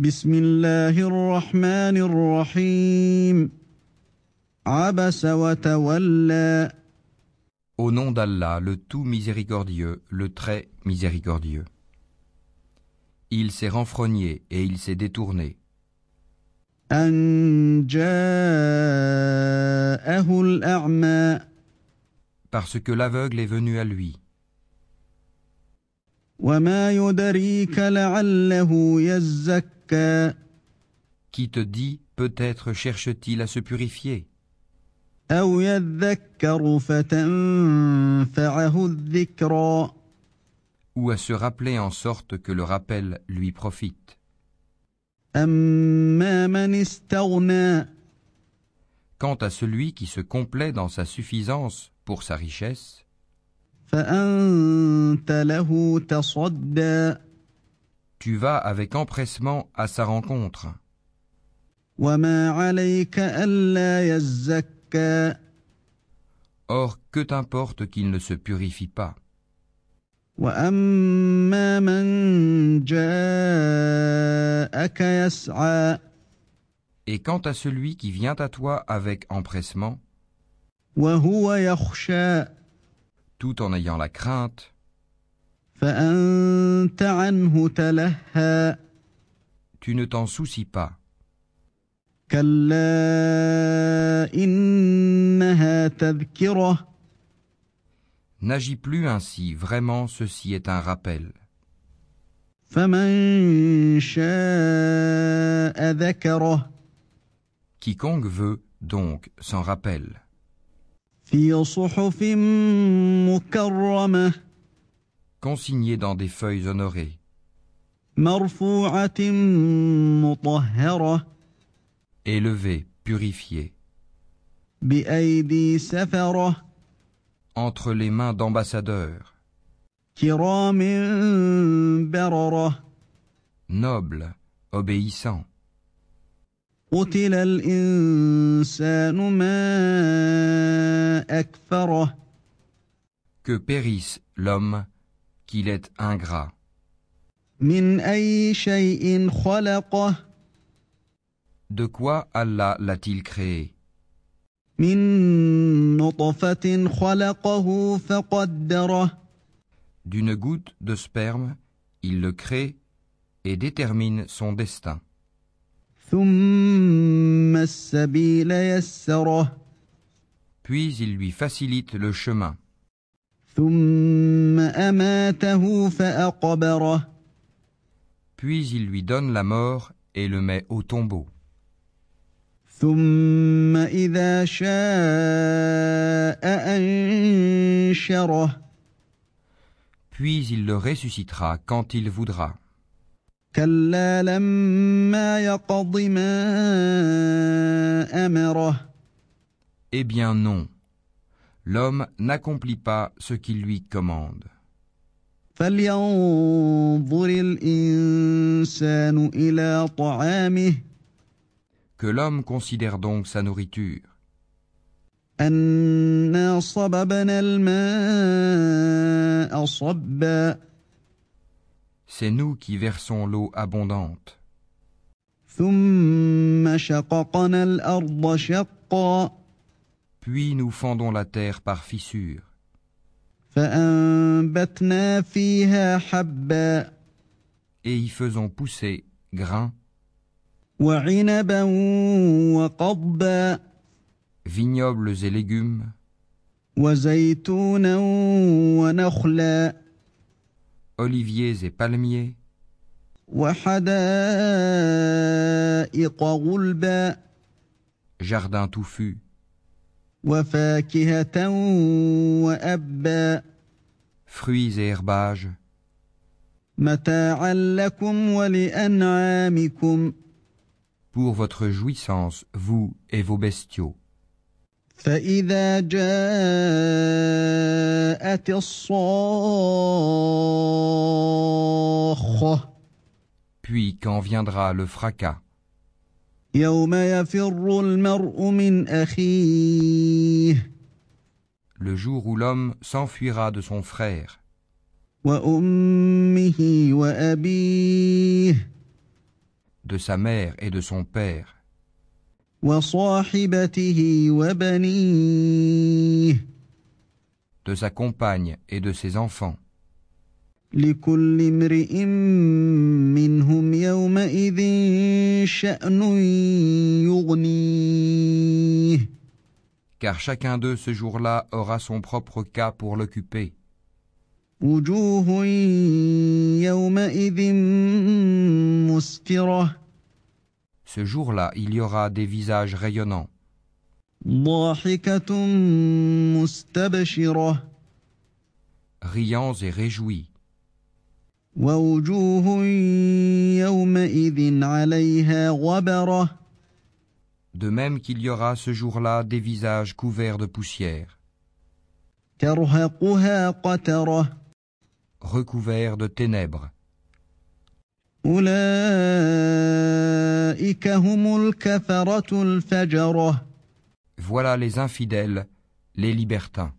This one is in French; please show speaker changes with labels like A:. A: بسم الله الرحمن الرحيم عبس وتولى
B: Au nom d'Allah, le tout miséricordieux, le très miséricordieux. Il s'est renfrogné et il s'est détourné,
A: أن جاءه الأعمى
B: parce que l'aveugle est venu à lui.
A: وما يدريك لعله يزكى
B: Qui te dit, peut-être cherche-t-il à se purifier,
A: أو يذكر فتنفعه الذكرى
B: ou à se rappeler en sorte que le rappel lui profite.
A: أما من استغنى
B: Quant à celui qui se complaît dans sa suffisance pour sa richesse,
A: فأنت له تصدى
B: tu vas avec empressement à sa rencontre,
A: وما عليك ألا يزكى
B: or que t'importe qu'il ne se purifie pas.
A: وأما من جاءك يسعى
B: Et quant à celui qui vient à toi avec empressement,
A: وهو يخشى
B: tout en ayant la crainte,
A: فأنت عنه تلهى
B: tu ne t'en soucies pas.
A: كلا إنها تذكرة
B: N'agis plus ainsi, vraiment ceci est un rappel.
A: فمن شاء ذكره
B: Quiconque veut, donc, s'en rappelle,
A: في صحف مكرمة
B: consigné dans des feuilles honorées,
A: مرفوعة مطهرة
B: élevé, purifié,
A: بأيدي سفرة
B: entre les mains d'ambassadeurs,
A: كرام بررة
B: noble, obéissant.
A: قتل الإنسان ما أكفره
B: Que périsse l'homme, qu'il est ingrat.
A: من أي شيء خلقه
B: De quoi Allah l'a-t-il créé
A: من نطفة خلقه فقدره
B: D'une goutte de sperme, il le crée et détermine son destin.
A: ثم السبيل يسره
B: Puis il lui facilite le chemin.
A: ثم أماته فأقبره
B: Puis il lui donne la mort et le met au tombeau.
A: ثم إذا شاء أنشره
B: Puis il le ressuscitera quand il voudra.
A: كلا لما يقض ما أمره
B: Eh bien non. L'homme n'accomplit pas ce qu'il lui commande.
A: فلينظر الإنسان إلى طعامه
B: Que l'homme considère donc sa nourriture,
A: أنا صببنا الماء صبا
B: c'est nous qui versons l'eau abondante,
A: ثم شققنا الأرض شقا
B: puis nous fendons la terre par fissures,
A: فأنبتنا فيها حبا
B: et y faisons pousser grains,
A: وعنبا وقضبا
B: vignobles et légumes,
A: وزيتونا ونخلا
B: oliviers et palmiers,
A: وحدائق غلبا
B: jardins touffus,
A: وفاكهة وأبا
B: fruits et herbages,
A: متاعا لكم ولأنعامكم
B: pour votre jouissance, vous et vos bestiaux.
A: فإذا جاءت الصاخة
B: Puis quand viendra le fracas,
A: يوم يفر المرء من أخيه
B: le jour où l'homme s'enfuira de son frère,
A: وأمه وأبيه
B: de sa mère et de son père,
A: وصاحبته وبنيه
B: de sa compagne et de ses enfants.
A: لكل امرئ منهم يومئذ شأن يغنيه
B: Car chacun d'eux ce jour-là aura son propre cas pour l'occuper.
A: وجوه يومئذ مسفرة
B: Ce jour-là, il y aura des visages rayonnants,
A: ضاحكة مستبشرة
B: riants et réjouis,
A: ووجوه يومئذ عليها غبرة
B: de même qu'il y aura ce jour-là des visages couverts de poussière,
A: ترهقها قترة
B: recouverts de ténèbres.
A: أولئك هم الكفرة الفجرة
B: Voilà les infidèles, les libertins.